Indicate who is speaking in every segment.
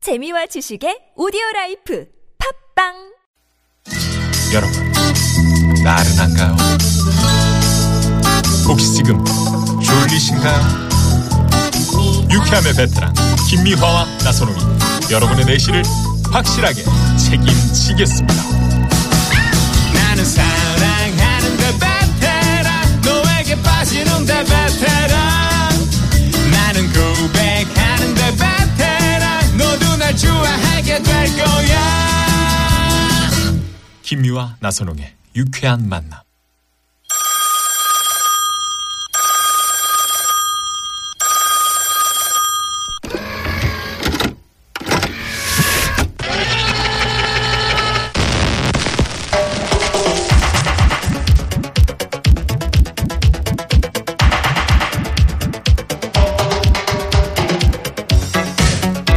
Speaker 1: 재미와 지식의 오디오 라이프 팝빵
Speaker 2: 여러분, 나른한가요? 혹시 지금 졸리신가요? 유쾌함의 베테랑 김미화와 나선홍이 여러분의 내실을 확실하게 책임지겠습니다.
Speaker 3: 나는 사랑하는데 그 베테랑 너에게 빠지는데 베테랑 나는 고백하는데 그 베테랑 너도 날 좋아하게 될 거야
Speaker 2: 김미화 나선홍의 유쾌한 만남.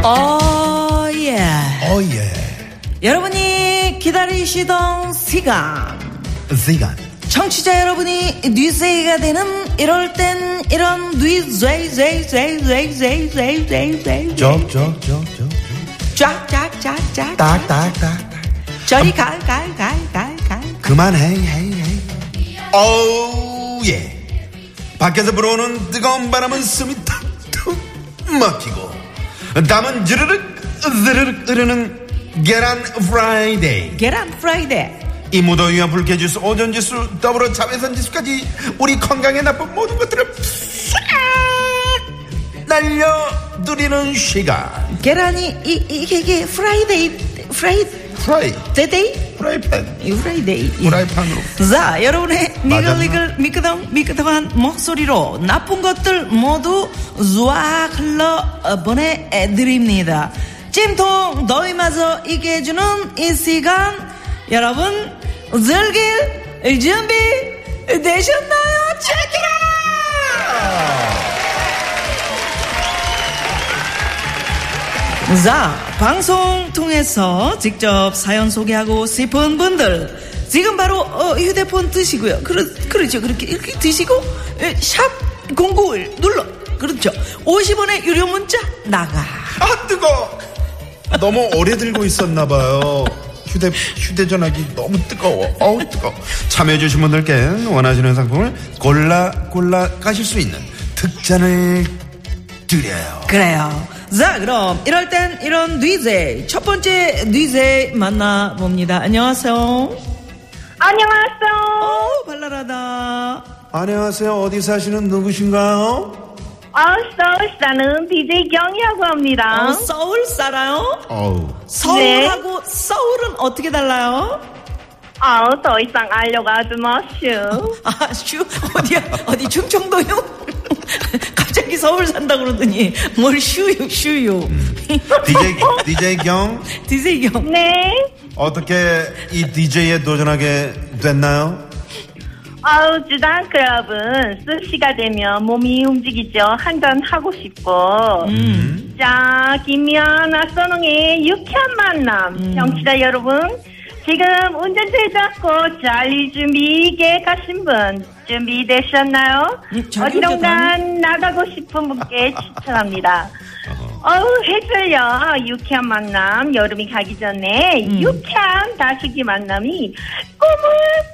Speaker 4: 어, 예.
Speaker 5: 어예
Speaker 4: 여러분이 기다리시던 시간.
Speaker 5: 시간
Speaker 4: 청취자 여러분이 뉘세이가 되는 이럴 땐 이런 뉘세이세이세이세이세이세이세이
Speaker 5: 쪽쪽쪽쪽
Speaker 4: 쫙쫙쫙쫙
Speaker 5: 딱딱딱
Speaker 4: 저리 갈갈갈갈갈
Speaker 5: 그만해 헤이헤이 어예 밖에서 불어오는 뜨거운 바람은 숨이 탁탁 막히고 땀은 주르륵 으르륵 흐르는 계란 프라이데이
Speaker 4: 계란 프라이데이
Speaker 5: 이 무더위와 불쾌지수 오존지수 더불어 자외선지수까지 우리 건강에 나쁜 모든 것들을 싹 날려드리는 시간
Speaker 4: 계란이 이 이- 이게 이게 프라이데이 프라이데이
Speaker 5: 프라이 프라이팬
Speaker 4: 이 프라이데이 예.
Speaker 5: 프라이팬으로
Speaker 4: 자, 여러분의
Speaker 5: 맞았나?
Speaker 4: 니글니글 미끄덩 미끄덩한 목소리로 나쁜 것들 모두 쫙 흘러 보내드립니다. 찜통 더위마저 이기게 해주는 이 시간 여러분 즐길 준비 되셨나요? 체키라! 자, 방송 통해서 직접 사연 소개하고 싶은 분들, 지금 바로 어, 휴대폰 드시고요. 그러, 그렇죠. 그렇게 이렇게 드시고, 에, 샵 공구를 눌러. 그렇죠. 50원의 유료 문자 나가.
Speaker 5: 아 뜨거. 너무 오래 들고 있었나 봐요. 휴대 휴대전화기 너무 뜨거워. 어우 뜨거. 참여해주신 분들께 원하시는 상품을 골라 골라 가실 수 있는 특전을 드려요.
Speaker 4: 그래요. 자, 그럼 이럴 땐 이런 뉘제. 첫 번째 뉘제 만나봅니다. 안녕하세요.
Speaker 6: 안녕하세요.
Speaker 4: 어, 발랄하다.
Speaker 5: 안녕하세요. 어디 사시는 누구신가요?
Speaker 6: 어, 서울 사는 DJ 경이라고 합니다.
Speaker 4: 어, 서울 살아요?
Speaker 5: 어우.
Speaker 4: 서울하고 서울은 어떻게 달라요?
Speaker 6: 아, 더 이상 알려가지 마시오.
Speaker 4: 아, 슈, 어디야? 어디 충청도요? 갑자기 서울 산다 그러더니 뭘 슈유, 슈유.
Speaker 5: 음. DJ DJ 경
Speaker 4: 디세이경.
Speaker 6: 네.
Speaker 5: 어떻게 이 DJ에 도전하게 됐나요?
Speaker 6: 아우, 주당 클럽은 습시가 되면 몸이 움직이죠. 한잔 하고 싶고.
Speaker 4: 음.
Speaker 6: 자, 김미연 아선홍의 유쾌한 만남.
Speaker 4: 음.
Speaker 6: 정치자 여러분, 지금 운전대 잡고 잘릴 준비 계획하신 분 준비되셨나요?
Speaker 4: 음, 잘
Speaker 6: 어디론간 나가고 싶은 분께 추천합니다. 어우, 해설요. 유쾌한 만남. 여름이 가기 전에
Speaker 4: 음.
Speaker 6: 유쾌한 다수기 만남이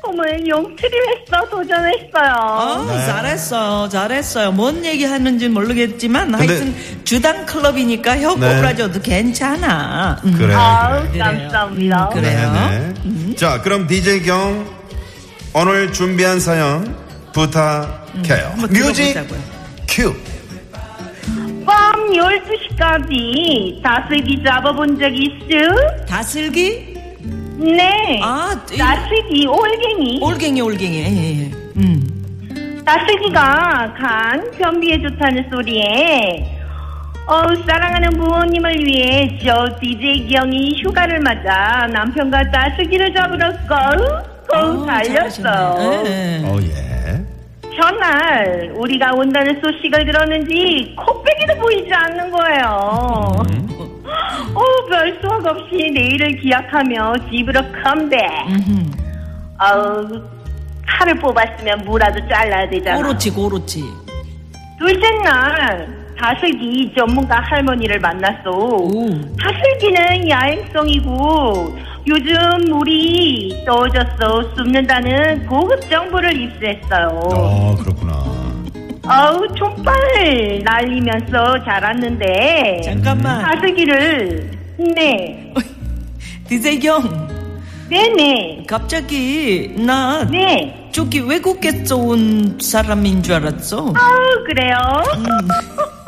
Speaker 6: 꼬물꼬물 용트를 했어 도전했어요.
Speaker 4: 어,
Speaker 5: 네.
Speaker 4: 잘했어요, 잘했어요. 뭔 얘기 하는지 모르겠지만
Speaker 5: 근데-
Speaker 4: 하여튼 주당 클럽이니까
Speaker 5: 네.
Speaker 4: 협곡라져도 괜찮아. 음.
Speaker 5: 그래.
Speaker 6: 아우,
Speaker 4: 그래요.
Speaker 6: 감사합니다.
Speaker 4: 음, 그래요.
Speaker 5: 네,
Speaker 4: 음.
Speaker 5: 자, 그럼 DJ 경 오늘 준비한 사연 부탁해요.
Speaker 4: 한번
Speaker 5: 뮤직
Speaker 4: 들어보자고요.
Speaker 5: 큐.
Speaker 4: 그-
Speaker 6: 밤 12시까지 다슬기 잡아본 적 있슈?
Speaker 4: 다슬기?
Speaker 6: 네.
Speaker 4: 아, 이-
Speaker 6: 다슬기 올갱이.
Speaker 4: 올갱이, 올갱이. 예, 예. 음.
Speaker 6: 다슬기가 간 변비에 좋다는 소리에 어우 사랑하는 부모님을 위해 저 DJ 기영이 휴가를 맞아 남편과 다슬기를 잡으러 고우
Speaker 4: 어,
Speaker 6: 고우 달렸어요.
Speaker 4: 잘하셨네. 예, 예.
Speaker 5: 어, 예.
Speaker 6: 전날 우리가 온다는 소식을 들었는지 코빼기도 보이지 않는 거예요.
Speaker 4: 음.
Speaker 6: 어, 별 수확 없이 내일을 기약하며 집으로 컴백. 음. 아우, 칼을 뽑았으면 무라도 잘라야 되잖아.
Speaker 4: 고로치, 고로치.
Speaker 6: 둘째 날 다슬기 전문가 할머니를 만났어. 다슬기는 야행성이고 요즘 물이 떠져서 숲는다는 고급 정보를 입수했어요.
Speaker 5: 아 그렇구나.
Speaker 6: 아우 촌방을 날리면서 자랐는데
Speaker 4: 잠깐만.
Speaker 6: 다슬기를 네
Speaker 4: 디제이 경,
Speaker 6: 네네
Speaker 4: 갑자기 나
Speaker 6: 네
Speaker 4: 저기 외국에서 온 사람인 줄 알았어.
Speaker 6: 아우 그래요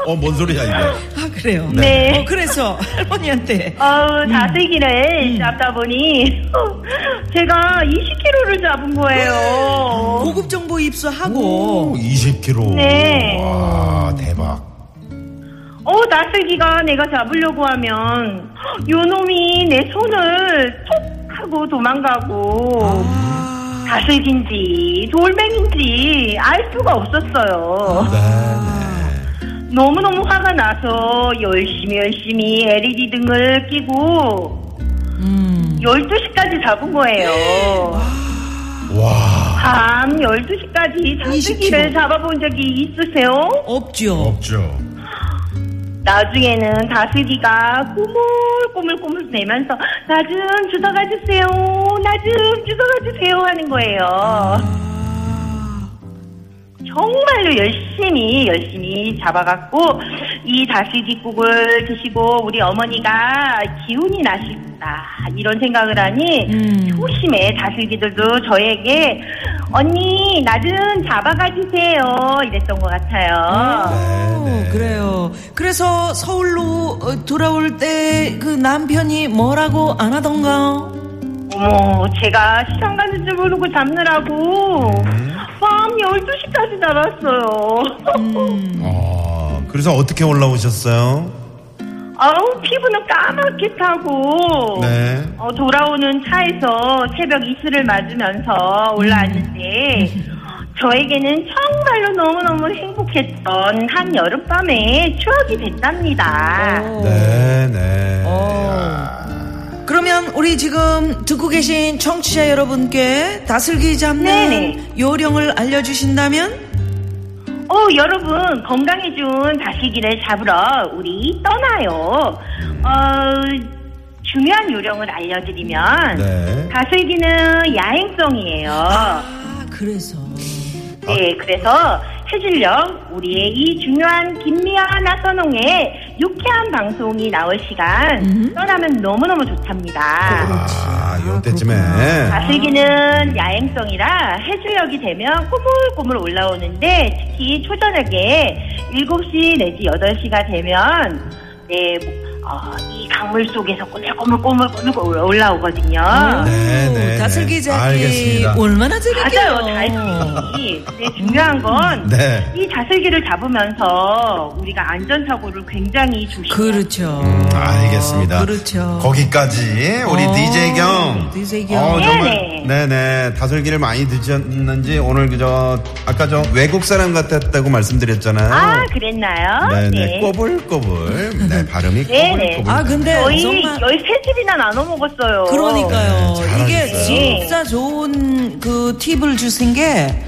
Speaker 5: 어 뭔 소리야 이게?
Speaker 4: 아, 그래요?
Speaker 6: 네.
Speaker 4: 어, 그래서 할머니한테
Speaker 6: 어우 그- 음. 다슬기를 잡다 보니 제가 20kg를 잡은 거예요
Speaker 4: 고급 정보 입수하고
Speaker 5: 20kg.
Speaker 6: 네.
Speaker 5: 어, 와 대박.
Speaker 6: 어 다슬기가 내가 잡으려고 하면 요놈이 내 손을 톡 하고 도망가고 다슬기인지 돌멩인지 알 수가 없었어요 너무너무 화가 나서 열심히 열심히 LED 등을 끼고 12시까지 잡은 거예요.
Speaker 5: 와
Speaker 6: 밤 12시까지 장수기를 잡아본 적이 있으세요?
Speaker 4: 없죠.
Speaker 5: 없죠.
Speaker 6: 나중에는 다슬기가 꾸물꾸물꾸물 내면서 나 좀 주워가 주세요. 나 좀 주워가 주세요 하는 거예요. 정말로 열심히 열심히 잡아갖고 이 다슬기국을 드시고 우리 어머니가 기운이 나시다 이런 생각을 하니 효심에 다슬기들도 저에게 언니 나 좀 잡아가 주세요 이랬던 것 같아요.
Speaker 4: 어, 그래요. 그래서 서울로 어, 돌아올 때 그 남편이 뭐라고 안 하던가?
Speaker 6: 어머, 제가 시장 가는 줄 모르고 잡느라고 밤 12시까지 날았어요.
Speaker 5: 아 그래서 어떻게 올라오셨어요?
Speaker 6: 아우, 피부는 까맣게 타고.
Speaker 5: 네.
Speaker 6: 어, 돌아오는 차에서 새벽 이슬을 맞으면서 올라왔는데, 저에게는 정말로 너무너무 행복했던 한 여름밤의 추억이 됐답니다.
Speaker 4: 어.
Speaker 5: 네네.
Speaker 4: 어. 그러면 우리 지금 듣고 계신 청취자 여러분께 다슬기 잡는
Speaker 6: 네네.
Speaker 4: 요령을 알려주신다면?
Speaker 6: 어, 여러분, 건강해준 다시기를 잡으러 우리 떠나요. 어, 중요한 요령을 알려드리면,
Speaker 5: 네.
Speaker 6: 다슬기는 야행성이에요.
Speaker 4: 아, 그래서.
Speaker 6: 네, 그래서 해질녘 우리의 이 중요한 김미아 나선홍의 유쾌한 방송이 나올 시간 떠나면 너무너무 좋답니다.
Speaker 5: 아 이럴 때쯤에.
Speaker 6: 다슬기는 야행성이라 해수역이 되면 꾸물꾸물 올라오는데 특히 초저녁에 7시 내지 8시가 되면 네, 어, 이 강물 속에서 꾸물꾸물꾸물꾸물 올라오거든요.
Speaker 5: 네,
Speaker 4: 오,
Speaker 5: 네,
Speaker 4: 다슬기
Speaker 5: 네.
Speaker 4: 잡기
Speaker 5: 알겠습니다.
Speaker 4: 얼마나 재밌게요.
Speaker 6: 맞아요, 다슬기. 네, 중요한 건
Speaker 5: 네.
Speaker 6: 이 다슬기를 잡으면서 우리가 안전사고를 굉장히 조심해야
Speaker 4: 그렇죠.
Speaker 5: 음, 알겠습니다.
Speaker 4: 그렇죠.
Speaker 5: 거기까지 우리
Speaker 4: 어,
Speaker 5: DJ 경.
Speaker 4: DJ 경.
Speaker 5: 어, 정말
Speaker 6: 네네.
Speaker 5: 네네 다슬기를 많이 드셨는지 오늘 그저 아까 저 외국 사람 같았다고 말씀드렸잖아요.
Speaker 6: 아, 그랬나요?
Speaker 5: 네네 꼬불꼬불. 네 발음이
Speaker 6: 네네.
Speaker 5: 꼬불꼬불.
Speaker 4: 아, 근데
Speaker 6: 저희
Speaker 4: 정말.
Speaker 6: 13집이나 나눠 먹었어요.
Speaker 4: 그러니까요.
Speaker 5: 네, 잘하셨어요.
Speaker 4: 이게
Speaker 6: 네.
Speaker 4: 진짜 좋은 그 팁을 주신 게,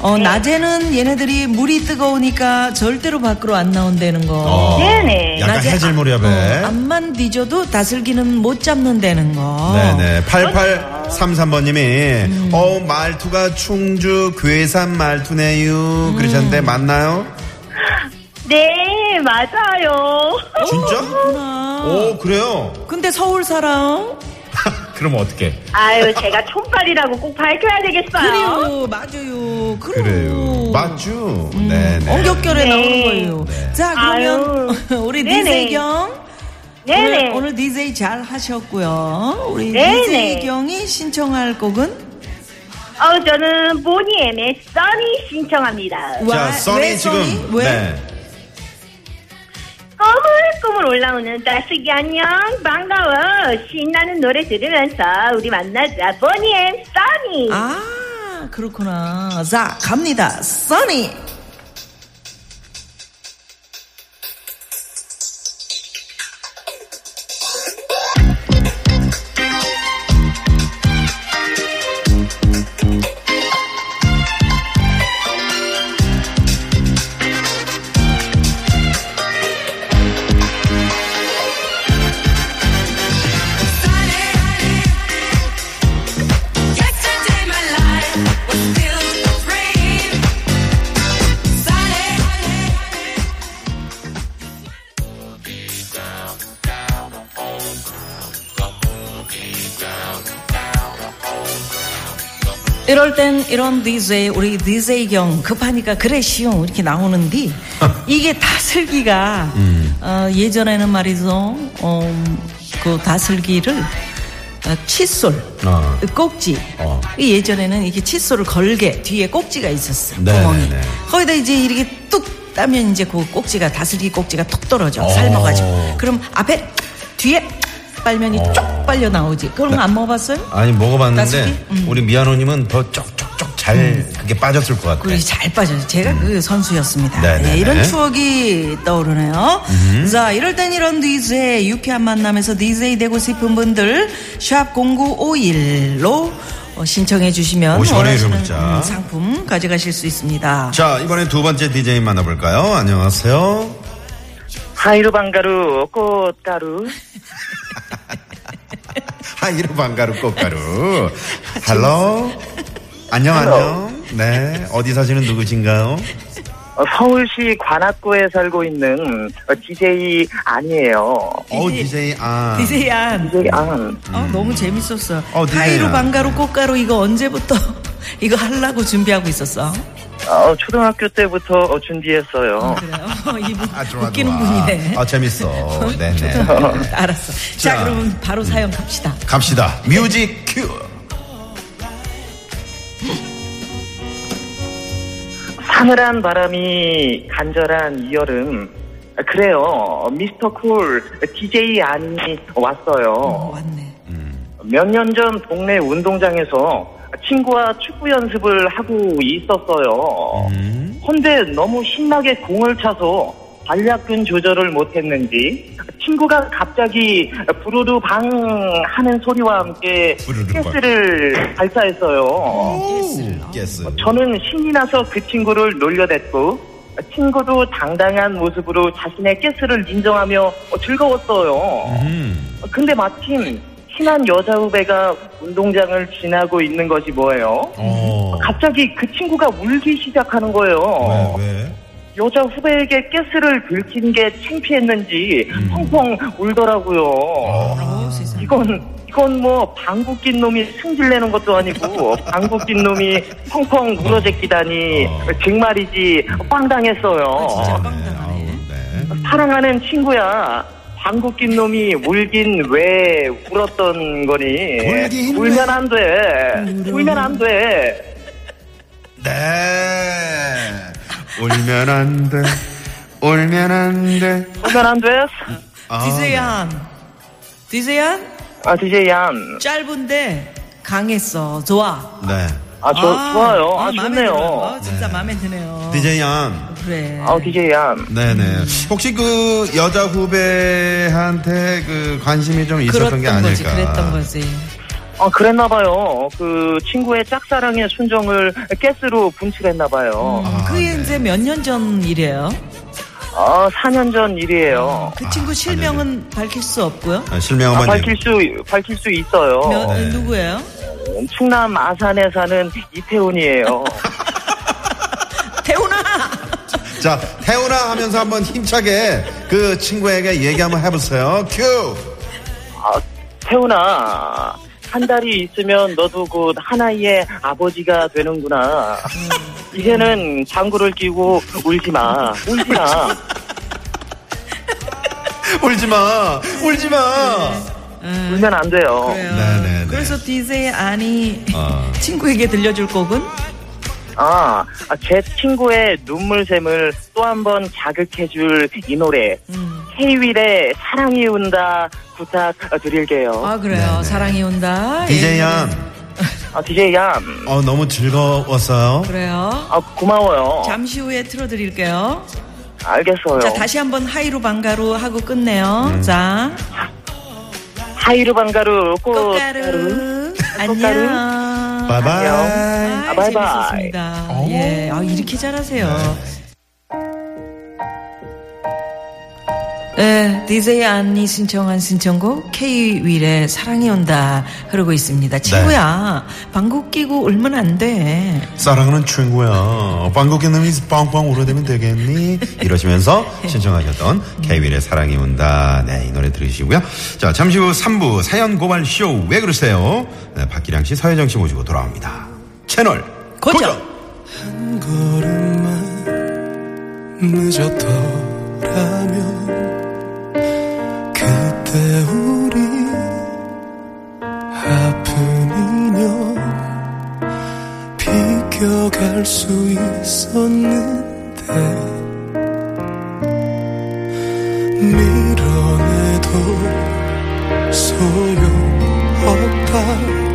Speaker 4: 어,
Speaker 6: 네.
Speaker 4: 낮에는 얘네들이 물이 뜨거우니까 절대로 밖으로 안 나온다는 거.
Speaker 5: 어, 네.
Speaker 6: 네네.
Speaker 5: 약간
Speaker 4: 낮에
Speaker 5: 해질
Speaker 4: 아-
Speaker 5: 무렵에.
Speaker 4: 어, 앞만 뒤져도 다슬기는 못 잡는다는 거.
Speaker 5: 네네. 8833번님이,
Speaker 4: 음.
Speaker 5: 어, 말투가 충주 괴산 말투네요. 그러셨는데,
Speaker 4: 음.
Speaker 5: 맞나요?
Speaker 6: 네, 맞아요.
Speaker 5: 진짜?
Speaker 4: 어,
Speaker 5: 오, 그래요?
Speaker 4: 아, 근데 서울 사람?
Speaker 5: 그럼 어떻게?
Speaker 6: 아유, 제가 촌팔이라고 꼭 밝혀야 되겠어요.
Speaker 4: 그래요, 맞아요. 그럼.
Speaker 5: 그래요.
Speaker 4: 음.
Speaker 5: 맞죠? 네네.
Speaker 4: 엉겹결에
Speaker 6: 네.
Speaker 4: 나오는 거예요. 자, 그러면
Speaker 6: 아유.
Speaker 4: 우리
Speaker 6: 네네.
Speaker 4: DJ 경.
Speaker 6: 네네.
Speaker 4: 오늘, 오늘 DJ 잘 하셨고요. 우리
Speaker 6: 네네.
Speaker 4: DJ 경이 신청할 곡은
Speaker 6: 어, 저는 보니엠의 써니
Speaker 5: 자,
Speaker 6: 신청합니다.
Speaker 4: 와-
Speaker 5: 써니
Speaker 4: 왜 써니?
Speaker 5: 지금.
Speaker 4: 왜?
Speaker 5: 네.
Speaker 6: 꼬물꼬물 올라오는 따스기 안녕 반가워 신나는 노래 들으면서 우리 만나자 보니엠 써니
Speaker 4: 아, 그렇구나. 자, 갑니다. 써니.
Speaker 7: 넌
Speaker 4: 이럴 땐 이런 DJ 우리 DJ 경 급하니까 그래 시용 이렇게 나오는데 이게 다슬기가
Speaker 5: 음.
Speaker 4: 어, 예전에는 말이죠 어, 그 다슬기를 어, 칫솔
Speaker 5: 아.
Speaker 4: 꼭지
Speaker 5: 어.
Speaker 4: 이 예전에는 이게 칫솔을 걸게 뒤에 꼭지가 있었어
Speaker 5: 네,
Speaker 4: 구멍이
Speaker 5: 네, 네.
Speaker 4: 거기다 이제 이렇게 뚝 따면 이제 그 꼭지가 다슬기 꼭지가 톡 떨어져 삶아가지고 그럼 앞에 뒤에 빨면이
Speaker 5: 어.
Speaker 4: 쫙 빨려 나오지
Speaker 5: 네.
Speaker 4: 그런 거 안 먹어봤어요?
Speaker 5: 아니 먹어봤는데
Speaker 4: 따스기? 음.
Speaker 5: 우리 미아노님은 더 쪽쪽쪽 잘 그게 빠졌을 것 같아.
Speaker 4: 그리고 잘 빠져요. 제가 그 선수였습니다.
Speaker 5: 네. 음. 네네네. 음.
Speaker 4: 예, 이런 추억이 떠오르네요. 자, 이럴 땐 이런 DJ, 유쾌한 만남에서 DJ 되고 싶은 분들, 샵0951로 어, 신청해 주시면
Speaker 5: 50원의
Speaker 4: 원하시는
Speaker 5: 유료 문자.
Speaker 4: 음, 상품 가져가실 수 있습니다.
Speaker 5: 자 이번에 두 번째 DJ 만나볼까요? 안녕하세요.
Speaker 7: 하이루 방가루 꽃가루
Speaker 5: 하이로 반가루 꽃가루. 할로. 안녕 안녕. 네 어디 사시는 누구신가요?
Speaker 7: 어, 서울시 관악구에 살고 있는 어, DJ 안이에요.
Speaker 5: 어 DJ 아.
Speaker 4: DJ 안.
Speaker 7: DJ 안.
Speaker 4: 어, 너무 재밌었어.
Speaker 5: 음. 어, DJ 안.
Speaker 4: 하이루 방가루 꽃가루 이거 언제부터 이거 하려고 준비하고 있었어?
Speaker 7: 어, 초등학교 때부터 어, 준비했어요.
Speaker 4: 그래요? 이분
Speaker 5: 아, 좋아,
Speaker 4: 웃기는
Speaker 5: 좋아.
Speaker 4: 분이네.
Speaker 5: 아 재밌어. 네네.
Speaker 4: 알았어. 자,
Speaker 5: 자. 음.
Speaker 4: 그러면 바로 사연 갑시다.
Speaker 5: 갑시다. 뮤직 큐.
Speaker 7: 사늘한 바람이 간절한 이 여름. 아, 그래요. 미스터 쿨 DJ 안이
Speaker 4: 어,
Speaker 7: 왔어요.
Speaker 4: 왔네.
Speaker 7: 몇 년 전 동네 운동장에서 친구와 축구 연습을 하고 있었어요.
Speaker 5: 음.
Speaker 7: 헌데 너무 신나게 공을 차서 반략근 조절을 못했는지 친구가 갑자기 부르르 방 하는 소리와 함께
Speaker 5: 부르르 방.
Speaker 7: 가스를 발사했어요.
Speaker 5: 예스.
Speaker 4: 뭐
Speaker 7: 저는 신이 나서 그 친구를 놀려댔고 친구도 당당한 모습으로 자신의 가스를 인정하며 즐거웠어요.
Speaker 5: 음.
Speaker 7: 근데 마침 친한 여자 후배가 운동장을 지나고 있는 것이 뭐예요?
Speaker 5: 어.
Speaker 7: 갑자기 그 친구가 울기 시작하는 거예요.
Speaker 4: 어. 네,
Speaker 5: 왜 왜?
Speaker 7: 여자 후배에게 가스를 긁힌 게 창피했는지
Speaker 4: 음.
Speaker 7: 펑펑 울더라고요.
Speaker 5: 아,
Speaker 4: 어, 세상에.
Speaker 7: 이건 이건 뭐 방구 낀 놈이 승질내는 것도 아니고 방구 낀 놈이 펑펑 울어제끼다니
Speaker 5: 어.
Speaker 7: 정말이지
Speaker 4: 아. 진짜
Speaker 7: 빵당했어요.
Speaker 4: 빵당하네.
Speaker 5: 아우, 네.
Speaker 7: 사랑하는 친구야. 방구 낀 놈이 울긴 왜 울었던 거니?
Speaker 5: 울긴
Speaker 7: 울면 안 돼. 울면 안 돼.
Speaker 5: 네. 울면 안 돼. 울면 안 돼.
Speaker 7: 울면 안 돼.
Speaker 5: 아,
Speaker 4: DJ 안. DJ 안?
Speaker 7: 아 DJ 얀.
Speaker 4: 짧은데 강했어. 좋아.
Speaker 5: 네.
Speaker 7: 아, 저, 좋아요. 아,
Speaker 4: 마음에
Speaker 7: 좋네요.
Speaker 4: 들어요. 아, 네. 진짜 마음에 드네요.
Speaker 5: DJ 양.
Speaker 4: 그래.
Speaker 7: 아, DJ 얀.
Speaker 5: 네네. 혹시 그 여자 후배한테 그 관심이 좀 있었던
Speaker 4: 그랬던
Speaker 5: 게 아닐까.
Speaker 4: 거지. 그랬던 거지.
Speaker 7: 아, 그랬나봐요. 그 친구의 짝사랑의 순정을 가스로 분출했나봐요.
Speaker 5: 아,
Speaker 4: 그게 이제 몇 년 전 일이에요.
Speaker 7: 아, 4년 전 일이에요.
Speaker 4: 그 친구 실명은 밝힐 수 없고요.
Speaker 5: 아, 실명
Speaker 7: 아,
Speaker 5: 한번
Speaker 7: 밝힐 수, 밝힐 수 있어요.
Speaker 4: 몇-
Speaker 5: 네.
Speaker 4: 누구예요?
Speaker 5: 어.
Speaker 7: 충남 아산에 사는 이태훈이에요.
Speaker 4: 태훈아.
Speaker 5: 자, 태훈아 하면서 한번 힘차게 그 친구에게 얘기 한번 해보세요. 큐!
Speaker 7: 아, 태훈아. 한 달이 있으면 너도 곧 하나의 아버지가 되는구나. 이제는 장구를 끼고 울지 마. 울지 마.
Speaker 5: 울지 마! 울지 마!
Speaker 7: 울면 안 돼요.
Speaker 4: 그래요.
Speaker 5: 어. 네네네.
Speaker 4: 그래서 DJ 안이
Speaker 5: 어.
Speaker 4: 친구에게 들려줄 곡은
Speaker 7: 아, 아, 제 친구의 눈물샘을 또 한 번 자극해줄 이 노래. 헤이윌의 사랑이 운다 부탁드릴게요.
Speaker 4: 아 그래요.
Speaker 5: 네,
Speaker 4: 사랑이 온다.
Speaker 5: DJ
Speaker 4: 예.
Speaker 5: 양,
Speaker 7: 아, DJ 얌.
Speaker 5: 어, 너무 즐거웠어요.
Speaker 4: 그래요.
Speaker 7: 아, 고마워요.
Speaker 4: 잠시 후에 틀어드릴게요.
Speaker 7: 알겠어요. 음.
Speaker 4: 자 다시 한번 하이로 방가루 하고 끝내요. 자
Speaker 7: 하이루 반가루 꽃가루.
Speaker 4: 꽃가루
Speaker 7: 꽃가루.
Speaker 4: 안녕.
Speaker 5: 바이바이.
Speaker 7: 안녕.
Speaker 4: 아,
Speaker 7: 바이바이. 어.
Speaker 4: 재밌었습니다. 예, 아 이렇게 잘하세요. 네, DJ 안이 신청한 신청곡 K 윌의 사랑이 온다 흐르고 있습니다. 친구야,
Speaker 7: 네.
Speaker 4: 방구 끼고 울면 안 돼.
Speaker 5: 사랑하는 친구야. 방귀 놈이 빵빵 울어대면 되겠니? 이러시면서 신청하셨던 케이윌의 사랑이 온다. 네, 이 노래 들으시고요. 자, 잠시 후 3부 사연 고발 쇼 왜 그러세요? 네, 박기량 씨, 서혜정 씨 모시고 돌아옵니다. 채널
Speaker 4: 고정.
Speaker 5: 고정.
Speaker 3: 늦었더라면 그때 우리 아픈 인연 비껴갈 수 있었는데 밀어내도 소용없다